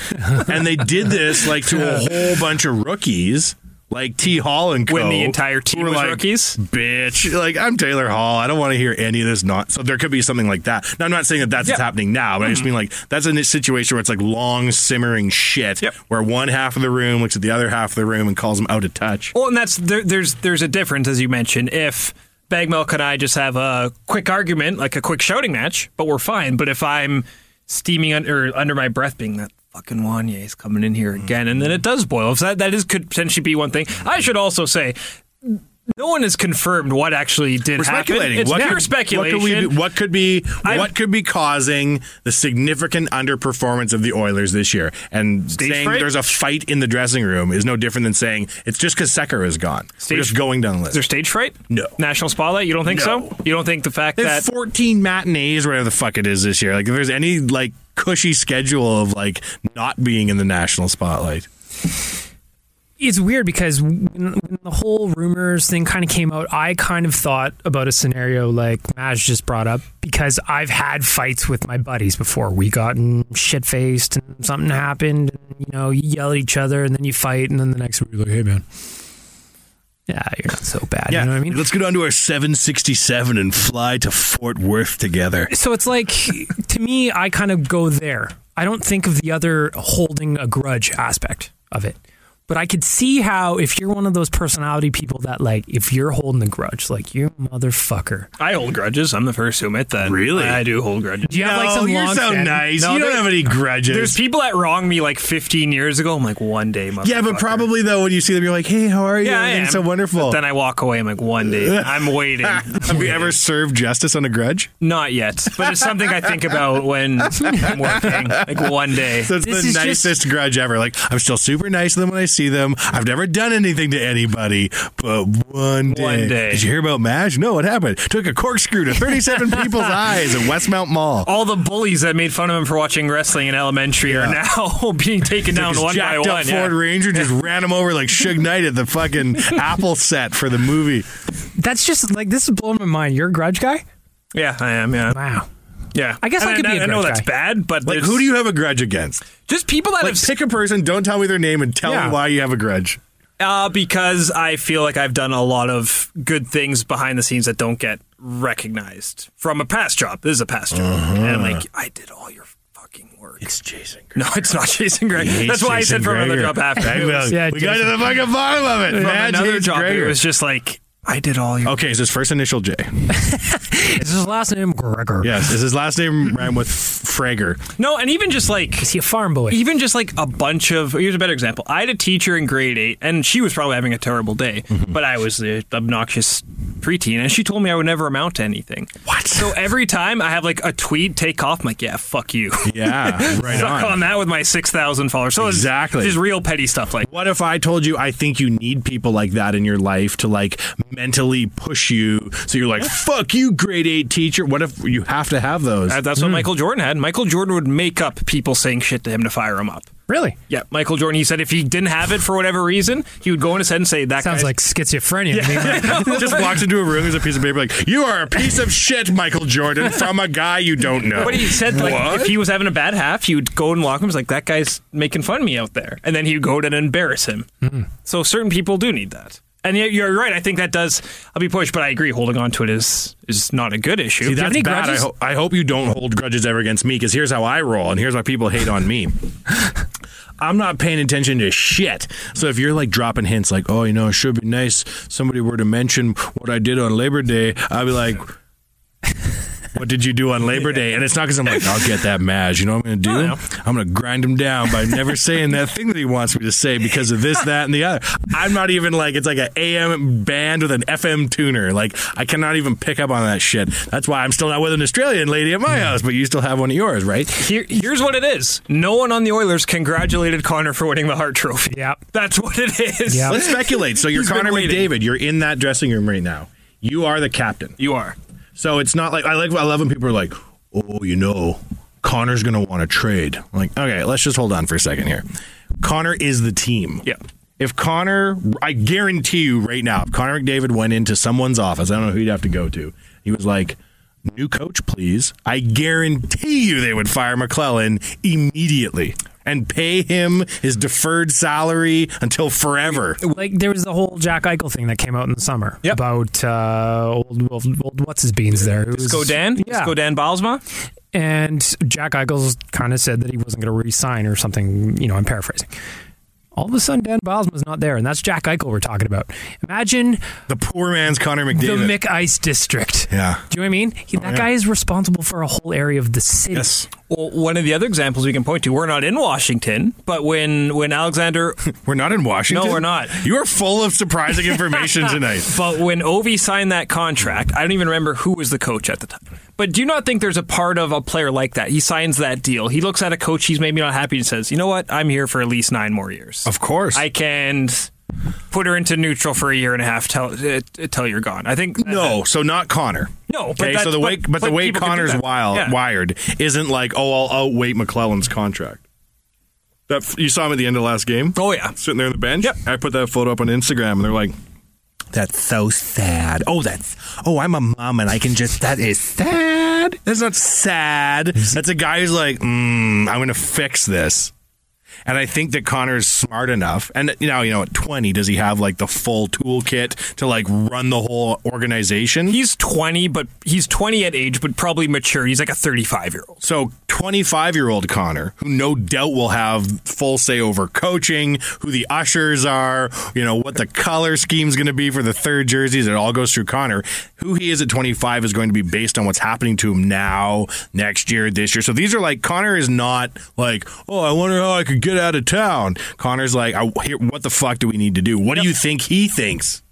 and they did this like to a whole bunch of rookies. Like T. Hall and Co. When the entire who team were was like, rookies? Oh. bitch. Like I'm Taylor Hall. I don't want to hear any of this. Not so there could be something like that. Now I'm not saying that that's what's Yeah. Mm-hmm. happening now, but I just mean like that's a situation where it's like long simmering shit, Yep. where one half of the room looks at the other half of the room and calls them out of touch. Well, and that's there, there's there's a difference as you mentioned. If Bagmelk and I just have a quick argument, like a quick shouting match, but we're fine. But if I'm steaming un- or under my breath, being that fucking Wanye is coming in here again, and then it does boil. So that that is could potentially be one thing. I should also say. No one has confirmed what actually did We're happen. speculating. It's what pure could, speculation. What could, we, do- what could be I'm- what could be causing the significant underperformance of the Oilers this year? And saying fright? there's a fight in the dressing room is no different than saying it's just because Secker is gone. Stage- We're just going down the Is there list. stage fright? No. National spotlight? You don't think No. so? You don't think the fact There's that 14 matinees, whatever the fuck it is this year. Like if there's any like cushy schedule of like not being in the national spotlight. it's weird because when, when the whole rumors thing kind of came out, I kind of thought about a scenario like Maj just brought up because I've had fights with my buddies before. We gotten shit faced and something happened. And, you know, you yell at each other and then you fight, and then the next week you're like, "Hey, man, yeah, you're not so bad." You know what I mean? Let's get onto our 767 and fly to Fort Worth together. so it's like (laughs) to me i kind of go there i don't think of the other holding a grudge aspect of it but i could see how if you're one of those personality people that like if you're holding a grudge like you motherfucker I hold grudges. I'm the first to admit that. Really? I do hold grudges. do you have like No, some you're so long-standing- nice. No, you don't there- have any grudges. There's people that wronged me like 15 years ago. I'm like, one day, motherfucker. yeah, but probably though, when you see them, you're like, "Hey, how are you? Yeah, I Everything's am. so wonderful." But then I walk away. I'm like, one (laughs) day. I'm waiting. have you ever served justice on a grudge? Not yet, but it's something I think about when I'm working. Like one day. So it's This the is just- nicest grudge ever. Like I'm still super nice to them when I see them. I've never done anything to anybody, but one day. One day. Did you hear about Mash? No, what happened? Took a corkscrew (laughs) to 37 people's eyes at Westmount Mall. All the bullies that made fun of him for watching wrestling in elementary are now (laughs) being taken down This one by jacked up one. yeah. Ford (laughs) Ranger just ran him over like Suge Knight at the fucking Apple set for the movie. that's just like this is blowing my mind you're a grudge guy Yeah, I am. Yeah, wow yeah. I guess I And could be a I know grudge that's guy. bad, but Like, there's- who do you have a grudge against? Just people that Like, have pick a person. Don't tell me their name and tell Yeah. me why you have a grudge. Uh, because I feel like I've done a lot of good things behind the scenes that don't get recognized from a past job. This is a past job. And I'm like, I did all your fucking work. Uh-huh. It's Jason. Gregor. (laughs) no, it's not Jason Gregg. He hates That's why I Jason said from another Gregor. job (laughs) after. I It know. was- yeah, we got to Jason. the fucking bottom of it. from Madge another hates job, Gregor. it was just like, I did all your Okay, is his first initial J? is his last name gregor Yes. Is his last name rhyme with Frager? No, and even just like is he a farm boy even just like a bunch of here's a better example. I had a teacher in grade eight, and she was probably having a terrible (laughs) day, but I was the obnoxious preteen, and she told me I would never amount to anything. What? So every time I have like a tweet take off, I'm like, yeah, fuck you. Yeah, right (laughs) Suck on. on that with my six thousand followers. So it's Exactly. just real petty stuff like. What if I told you I think you need people like that in your life to like mentally push you? So you're like, fuck you, grade eight teacher. What if you have to have those? that- (laughs) That's what Michael Jordan had. Michael Jordan would make up people saying shit to him to fire him up. really Yeah, Michael Jordan. He said if he didn't have it for whatever reason, he would go in his head and say that sounds guy's like schizophrenia (laughs) I mean, like, Just walks into a room, there's a piece of paper like, you are a piece of shit, Michael Jordan, from a guy you don't know. But he said like What? if he was having a bad half, he would go and walk him. He's like that guy's making fun of me out there, and then he'd go and embarrass him. Hmm. So certain people do need that. And yet you're right. I think that does. I'll be pushed, but I agree. Holding on to it is is not a good issue. See, Do you have that's any bad. I, grudges? ho- I hope you don't hold grudges ever against me because here's how I roll and here's why people hate on me. I'm not paying attention to shit. So if you're like dropping hints like, oh, you know, it should be nice somebody were to mention what I did on Labor Day, I'd be like, what did you do on Labor Day? And it's not because I'm like, I'll get that Maj. You know what I'm going to do? I'm going to grind him down by never saying that thing that he wants me to say because of this, that, and the other. I'm not even like, it's like an AM band with an FM tuner. Like, I cannot even pick up on that shit. That's why I'm still not with an Australian lady at my house, but you still have one of yours, right? Here, here's what it is. No one on the Oilers congratulated Connor for winning the Hart Trophy. Yep. that's what it is. Yep. Let's speculate. So you're He's been Connor waiting. McDavid. You're in that dressing room right now. You are the captain. You are. So it's not like I like I love when people are like, "Oh, you know, Connor's going to want to trade." I'm like, okay, let's just hold on for a second here. Connor is the team. Yeah. If Connor, I guarantee you right now, if Connor McDavid went into someone's office, I don't know who he'd have to go to. He was like, "New coach, please." I guarantee you they would fire McClellan immediately and pay him his deferred salary until forever. like there was the whole Jack Eichel thing that came out in the summer Yep. about uh, old, old, old what's his beans there. who was- Disco Dan. yeah. Disco Dan Balsma. And Jack Eichel kind of said that he wasn't going to re-sign or something. You know, I'm paraphrasing. All of a sudden, Dan Bosma's not there, and that's Jack Eichel we're talking about. Imagine The poor man's Connor the McDavid. Mick Ice District. yeah. Do you know what I mean? He, that guy is responsible for a whole area of the city. Yes. Well, one of the other examples we can point to. We're not in Washington, but when when (laughs) Alexander We're not in Washington. No, we're not. You are full of surprising information (laughs) tonight. But when Ovi signed that contract, I don't even remember who was the coach at the time. But do you not think there's a part of a player like that? He signs that deal. He looks at a coach he's maybe not happy and says, "You know what? I'm here for at least nine more years. Of course. I can put her into neutral for a year and a half till uh, till you're gone." I think no, so not Connor. No, but Okay, that's- so the way, but- but, the but way people can do Connor's that. wild, Yeah. wired isn't like, oh, I'll outwait McClellan's contract. That f- you saw him at the end of the last game. Oh, yeah. sitting there on the bench. Yep. I put that photo up on Instagram, and they're like, "That's so sad." Oh, that's oh, I'm a mom, and I can just that is sad. That's not sad. That's a guy who's like, mm, "I'm going to fix this." And I think that Connor's smart enough. And now, you know, at 20, does he have like the full toolkit to like run the whole organization? He's 20, but he's 20 at age, but probably mature. He's like a 35 year old. So, 25 year old Connor, who no doubt will have full say over coaching, who the ushers are, you know, what the color scheme's going to be for the third jerseys, it all goes through Connor. Who he is at 25 is going to be based on what's happening to him now, next year, this year. So, these are like, Connor is not like, oh, I wonder how I could get out of town. Connor's like, I, here, what the fuck do we need to do? What do you think he thinks?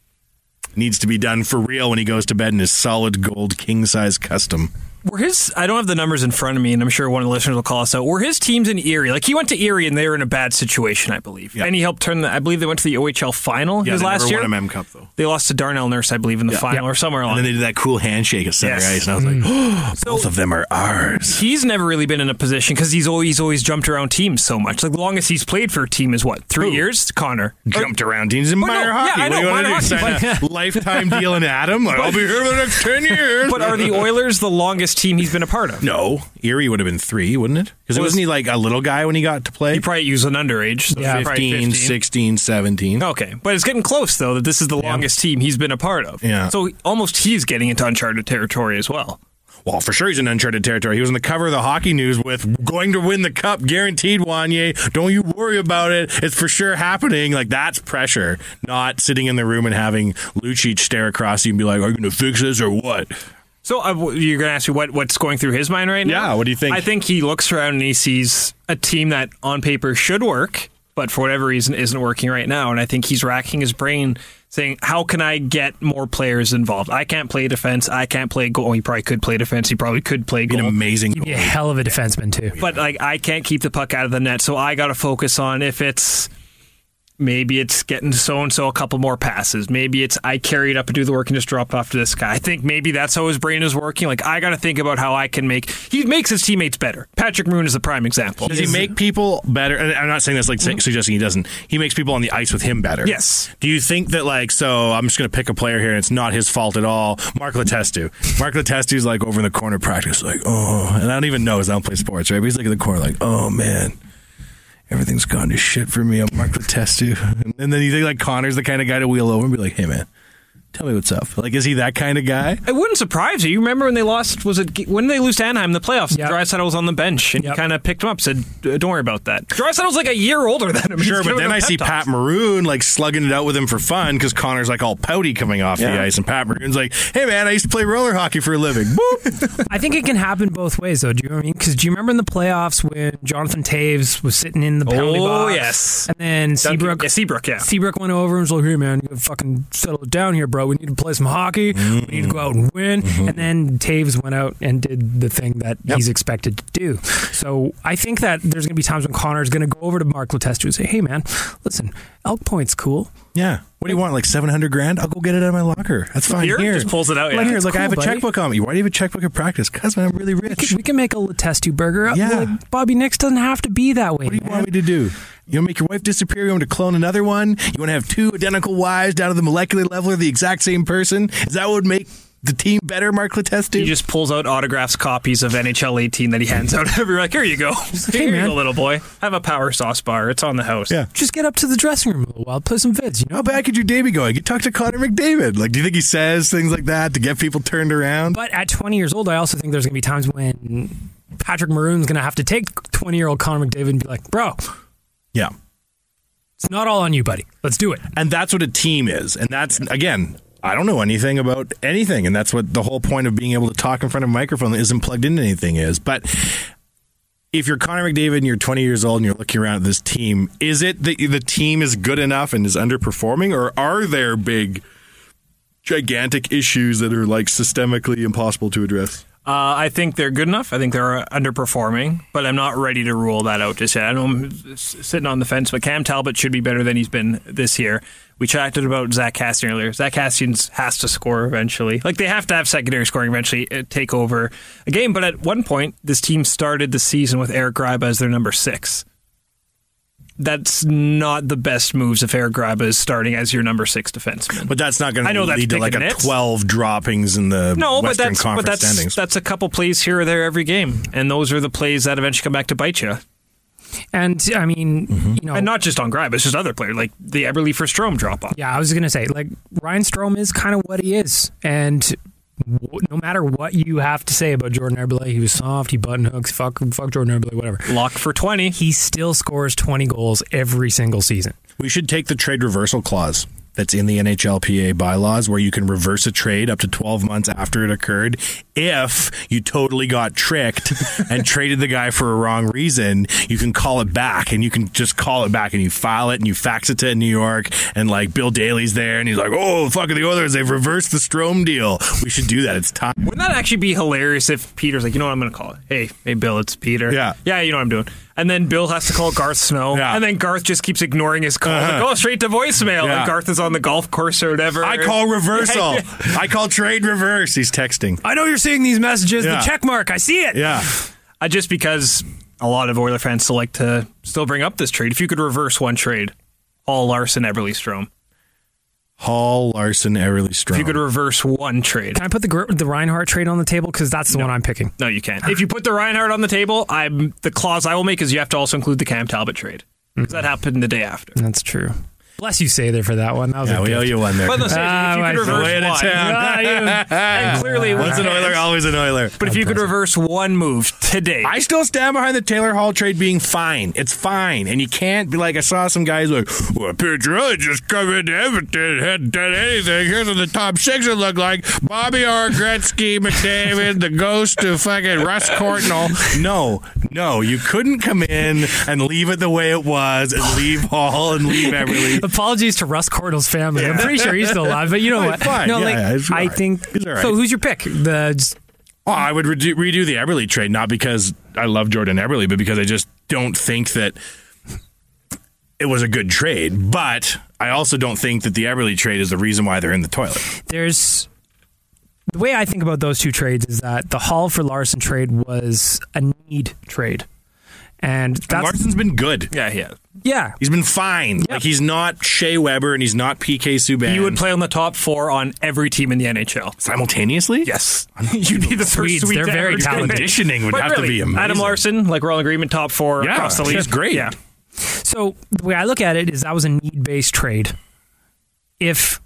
Needs to be done for real when he goes to bed in his solid gold king size custom. Were his, I don't have the numbers in front of me, and I'm sure one of the listeners will call us out. Were his teams in Erie? Like, he went to Erie and they were in a bad situation, I believe. Yeah. And he helped turn the, I believe they went to the OHL final his they last never year. won a Mem Cup though. They lost to Darnell Nurse, I believe, in the final or somewhere along And then they did that cool handshake at center Yes. ice, and I was like, oh, (gasps) both of them are ours. he's never really been in a position because he's always always jumped around teams so much. Like the longest he's played for a team is what three Who? years. Connor Jumped around teams in Well, no, minor yeah, hockey. I what do know, you want to do? minor hockey, Sign (laughs) a lifetime deal in Adam? Like, I'll be here for the next (laughs) ten years. But are the Oilers the longest team he's been a part of? (laughs) no Erie would have been three, wouldn't it? Because Was- wasn't he like a little guy when he got to play? You probably use an underage. So Yeah. probably 15, 16, 17. Okay, but it's getting close though that this is the longest team he's been a part of. Yeah. So almost he's getting into uncharted territory as well. Well, for sure he's in uncharted territory. He was on the cover of the hockey news with going to win the cup, guaranteed, Wanye. Don't you worry about it. It's for sure happening. Like that's pressure. Not sitting in the room and having Lucic stare across you and be like, Are you gonna fix this or what? So uh, w- you're going to ask me what, what's going through his mind right now? Yeah, what do you think? I think he looks around and he sees a team that on paper should work, but for whatever reason isn't working right now. And I think he's racking his brain saying, how can I get more players involved? I can't play defense. I can't play goal. He probably could play defense. He probably could play Be an goal. amazing He'd be goalie. a hell of a defenseman too. But like I can't keep the puck out of the net, so I got to focus on if it's maybe it's getting so and so a couple more passes. Maybe it's I carry it up and do the work and just drop off to this guy. I think maybe that's how his brain is working. Like I got to think about how I can make he makes his teammates better. Patrick Maroon is the prime example. Does he make people better? And I'm not saying that's like su- suggesting he doesn't. He makes people on the ice with him better. Yes. Do you think that like so? I'm just going to pick a player here, and it's not his fault at all. Mark Letestu. Mark Letestu's like over in the corner practice, like oh, and I don't even know because I don't play sports, right? But he's like in the corner, like oh man. Everything's gone to shit for me. I'm Mark Letestu. And then you think like Connor's the kind of guy to wheel over and be like, hey man, tell me what's up. Like, is he that kind of guy? It wouldn't surprise you. You remember when they lost? Was it when they lose to Anaheim in the playoffs? Yep. Drysdale was on the bench and Yep. he kind of picked him up. Said, "Don't worry about that." Drysdale was like a year older than him. Sure, He's but giving then him I pep see talks. Pat Maroon like slugging it out with him for fun because Connor's like all pouty coming off the ice, and Pat Maroon's like, "Hey man, I used to play roller hockey for a living." (laughs) Boop. I think it can happen both ways, though. Do you know what I mean? Because do you remember in the playoffs when Jonathan Taves was sitting in the penalty Oh, box? yes. And then Seabrook, yeah, Seabrook, yeah. Seabrook went over and was like, "Here, man, you gotta fucking settle it down here, bro. We need to play some hockey. We need to go out and win." Mm-hmm. And then Taves went out and did the thing that he's expected to do. So I think that there's gonna be times when Connor's gonna go over to Mark Letestu and say, "Hey, man, listen, elk point's cool. Yeah. What do you want? Like seven hundred grand? I'll go get it out of my locker. That's fine. Here? Here, Just pulls it out, Like, yeah. here, It's look, I cool, have a buddy. checkbook on me. Why do you have a checkbook at practice? Because I'm really rich. We can make a Letestu burger. up." Yeah. Like, Bobby Nix doesn't have to be that way. What do you man. want me to do? You want to make your wife disappear? You want me to clone another one? You want to have two identical wives down to the molecular level of the exact same person? Is that what would make the team better, Mark Letestu? He just pulls out autographs, copies of NHL 18 that he hands out. (laughs) Every like, here you go, here you man." go, little boy. Have a power sauce bar. It's on the house. Yeah. Just get up to the dressing room a little while, play some vids, you know. How bad could your day be going? You talk to Connor McDavid. Like, do you think he says things like that to get people turned around? But at 20 years old, I also think there's going to be times when Patrick Maroon's going to have to take 20 year old Connor McDavid and be like, bro, Yeah. it's not all on you, buddy. Let's do it. And that's what a team is. And that's, again, I don't know anything about anything. And that's what the whole point of being able to talk in front of a microphone that isn't plugged into anything is. But if you're Connor McDavid and you're 20 years old and you're looking around at this team, is it that the team is good enough and is underperforming? Or are there big, gigantic issues that are like systemically impossible to address? Uh, I think they're good enough. I think they're uh, underperforming, but I'm not ready to rule that out just yet. I know I'm s- sitting on the fence, but Cam Talbot should be better than he's been this year. We chatted about Zach Cassian earlier. Zach Cassian has to score eventually. Like they have to have secondary scoring eventually uh, take over a game. But at one point, this team started the season with Eric Griba as their number six. that's not the best moves if Eric Graba is starting as your number six defenseman. But that's not going I know to that's lead to like picking a nits. 12 droppings in the no, but Western that's but Conference that's standings. that's a couple plays here or there every game, and those are the plays that eventually come back to bite you. And I mean, you know, And not just on Grab, it's just other players like the Eberle for Strom drop off. yeah, I was gonna say like Ryan Strom is kind of what he is, and w- no matter what you have to say about Jordan Eberle, he was soft, he button hooks, fuck, fuck Jordan Eberle, whatever. Lock for twenty. He still scores twenty goals every single season. we should take the trade reversal clause that's in the NHLPA bylaws where you can reverse a trade up to 12 months after it occurred if you totally (laughs) got tricked and traded the guy for a wrong reason you can call it back and you can just call it back and you file it and you fax it to New York and like Bill Daly's there and he's like oh fuck the Oilers they've reversed the Strom deal we should do that it's time Wouldn't that actually be hilarious if Peter's like, you know what I'm going to call it? Hey, hey, Bill, it's Peter. Yeah. Yeah, you know what I'm doing. And then Bill has to call Garth Snow. Yeah. Uh-huh. And then Garth just keeps ignoring his call. Like, oh, straight to voicemail. Yeah. And Garth is on the golf course or whatever. I (laughs) call reversal I call trade reverse he's texting I know you're seeing these messages. Yeah. The check mark, I see it. yeah Uh, just because a lot of Oiler fans still like to still bring up this trade. If you could reverse one trade, all Larson, Everly, Strom. Hall Larson Everly Strom If you could reverse one trade. Can I put the gr- the Reinhardt trade on the table because that's the one I'm picking. No, you can't. If you put the Reinhardt on the table, I'm the clause I will make is you have to also include the Cam Talbot trade. Because that happened the day after. That's true. Bless you, say there for that one. That was yeah a we gift. owe you one there But (laughs) let's say Ah, if you my could reverse friend. Way to one, (laughs) town. Ah, you- and clelarly it Once an wouldn't. oiler, always an oiler. But if you could reverse one move today, I still stand behind the Taylor Hall trade being fine. It's fine. And you can't be like, I saw some guys like, well, Pedro just come into Everton, hadn't done anything. Here's what the top six would look like Bobby R. Gretzky, (laughs) McDavid, the ghost of fucking Russ Cortnell. No, no, you couldn't come in and leave it the way it was and leave Hall and leave Everly. Apologies to Russ Cordel's family. I'm pretty sure he's still alive, but (laughs) you know Right, what? fine. No, Yeah, like yeah, it's I all right. think. It's all right. So who's your pick? The just- Oh, I would redo, redo the Everly trade, not because I love Jordan Everly, but because I just don't think that it was a good trade. But I also don't think that the Everly trade is the reason why they're in the toilet. there's the way I think about those two trades is that the Hall for Larson trade was a need trade, and that's Larson's been good. yeah, yeah, yeah. He's been fine. Like he's not Shea Weber and he's not PK Subban. you would play on the top four on every team in the NHL. simultaneously. Yes, (laughs) you would be the first. Swedes, Swede they're to very ever do it. (laughs) talented. Conditioning would But have to really, be amazing. Adam Larson, like we're all in agreement, top four Yeah, across the league. he's great. Yeah, So the way I look at it is that was a need based trade. If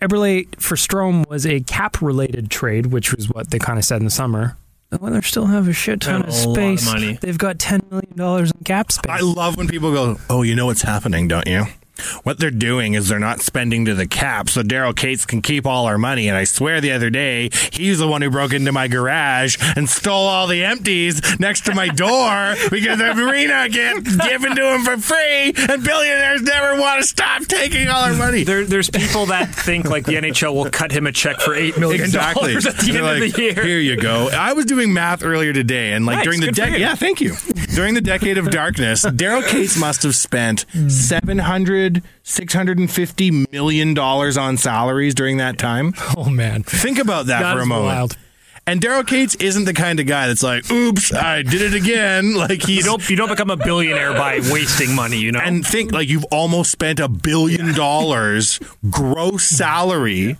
Eberle for Strom was a cap related trade, which was what they kind of said in the summer. The Oilers still have a shit ton They of have a lot of space. money. They've got ten million dollars in cap space. I love when people go, "Oh, you know what's happening, don't you?" What they're doing is they're not spending to the cap, so Daryl Cates can keep all our money. And I swear, the other day, he's the one who broke into my garage and stole all the empties next to my door because the arena gets given to him for free, and billionaires never want to stop taking all our money. there, there's people that think like the NHL will cut him a check for eight million Exactly. dollars at the They're end of like, the year. Here you go. I was doing math earlier today, and like Nice, during the good for decade, you. yeah, thank you. During the decade of darkness, Daryl Cates must have spent 700, 650 million dollars on salaries during that time. oh man, Think about that, That for a is moment. wild. And Daryl Cates isn't the kind of guy that's like, "Oops, I did it again." (laughs) Like You (laughs) he's don't you don't become a billionaire by wasting money, you know. and think like you've almost spent a billion dollars gross salary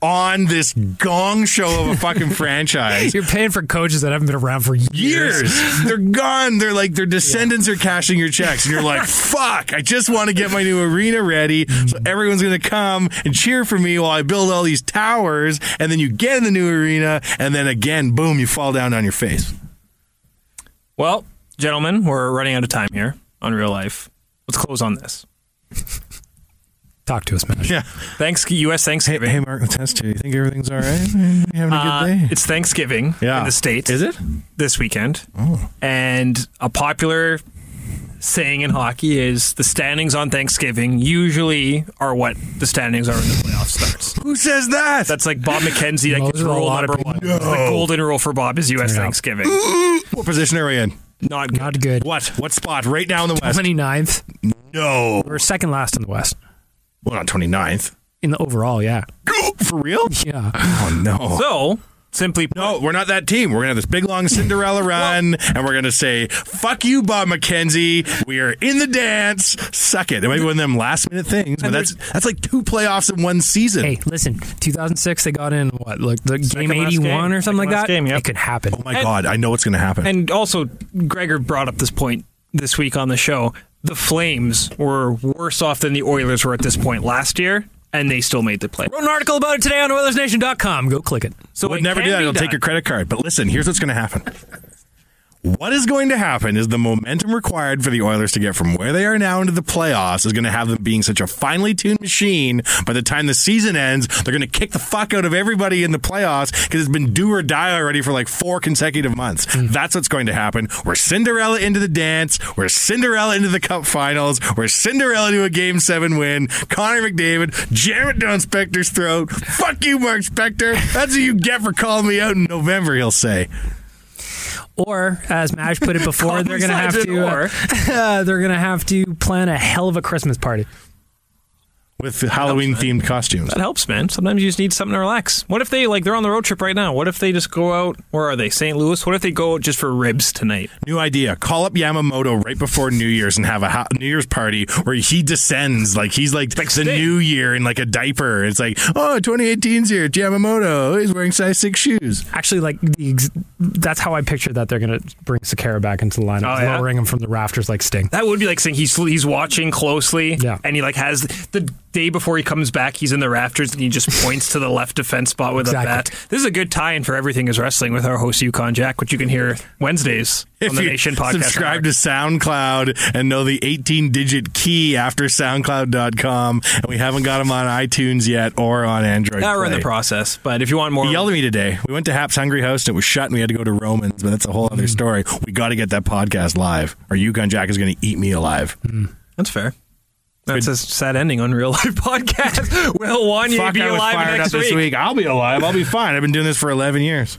on this gong show of (laughs) a fucking franchise. (laughs) You're paying for coaches that haven't been around for years. years. (laughs) they're gone. They're like their descendants are cashing your checks, and you're (laughs) like, "Fuck! I just want to get my new arena ready, so everyone's gonna come and cheer for me while I build all these towers." And then you get in the new arena, and then again, boom, you fall down on your face. well, gentlemen, we're running out of time here on real life. Let's close on this. Talk to us, man. Yeah. Thanks, U.S. Thanksgiving. Mark, let's test you. You think everything's all (laughs) right? You having Uh, it's Thanksgiving Yeah. in the States. Is it? Oh. This weekend. And a popular saying in hockey is the standings on Thanksgiving usually are what the standings are when the playoff starts. Who says that? That's like Bob McKenzie, that Those gets are a rule lot of number people. one. It's The golden rule for Bob is U.S. Thanksgiving. what position are we in? Not good. Not good. What? What spot? Right now in the West? 29th. No. We're second last in the West. Well, not 29th. In the overall, yeah. For real? Yeah. Oh, no. So Simply put, No, we're not that team. We're gonna have this big long Cinderella run, and we're gonna say "fuck you, Bob McKenzie." We are in the dance. Suck it. It might be one of them last minute things, but that's that's like two playoffs in one season. Hey, listen, 2006, they got in what, like the Second game last 81 game. or something Second like last that? game, yep. It could happen. oh my god, I know what's gonna happen. And also, Gregor brought up this point this week on the show. The Flames were worse off than the Oilers were at this point last year, and they still made the play. Wrote an article about it today on OilersNation.com. Go click it. So would it never can do that. be It'll done. take your credit card. But listen, here's what's going to happen. What is going to happen is the momentum required for the Oilers to get from where they are now into the playoffs is going to have them being such a finely tuned machine. By the time the season ends, they're going to kick the fuck out of everybody in the playoffs because it's been do or die already for like four consecutive months. That's what's going to happen. We're Cinderella into the dance. We're Cinderella into the cup finals. We're Cinderella to a game seven win. Connor McDavid, jam it down Specter's throat. Fuck you, Mark Specter. That's what you get for calling me out in November, he'll say. Or, as Mash (laughs) put it before, they're going to have Besides an to or. uh, (laughs) they're going to have to plan a hell of a Christmas party. with Halloween themed costumes. That helps, man. Sometimes you just need something to relax. What if they like they're on the road trip right now? What if they just go out? Where are they? St. Louis. What if they go out just for ribs tonight? New idea: call up Yamamoto right before New Year's and have a ha- New Year's party where he descends like he's like, the Sting. New Year in like a diaper. It's like, oh, 2018's here. Yamamoto, Oh, he's wearing size six shoes. Actually, like the ex- that's how I picture that they're going to bring Sakara back into the lineup, Oh, yeah? lowering him from the rafters like Sting. That would be like saying he's he's watching closely, Yeah. and he like has the day before he comes back, he's in the rafters and he just points to the left defense spot with Exactly. a bat. This is a good tie-in for everything is wrestling with our host Yukon Jack, which you can hear (laughs) Wednesdays on the Nation podcast. subscribe to SoundCloud and know the 18 digit key after SoundCloud.com, and we haven't got him on iTunes yet or on Android. now we're in the Play. process, but if you want more, He yelled at me today. We went to Hap's Hungry House and it was shut, and we had to go to Romans, but that's a whole other Hmm. story. We got to get that podcast live, or Yukon Jack is going to eat me alive. that's fair. That's a sad ending on real life (laughs) podcast. Will Wanye Fuck, be I was alive fired up next this week. I'll be alive. I'll be fine. I've been doing this for 11 years.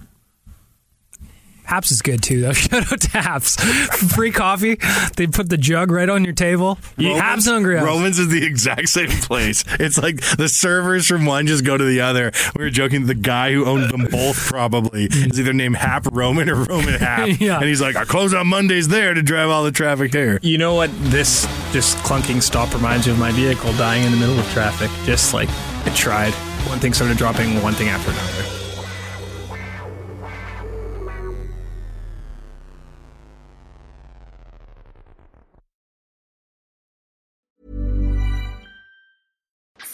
Haps is good too, though. (laughs) Shout out to Haps. Free coffee. They put the jug right on your table. You Haps hungry. House. Romans is the exact same place. It's like the servers from one just go to the other. We were joking. The guy who owned them both probably is either named Hap Roman or Roman (laughs) Hap. Yeah. And he's like, I close on Mondays there to drive all the traffic here. (laughs) You know what? This just clunking stop reminds me of my vehicle dying in the middle of traffic. Just like it tried. One thing started dropping, one thing after another.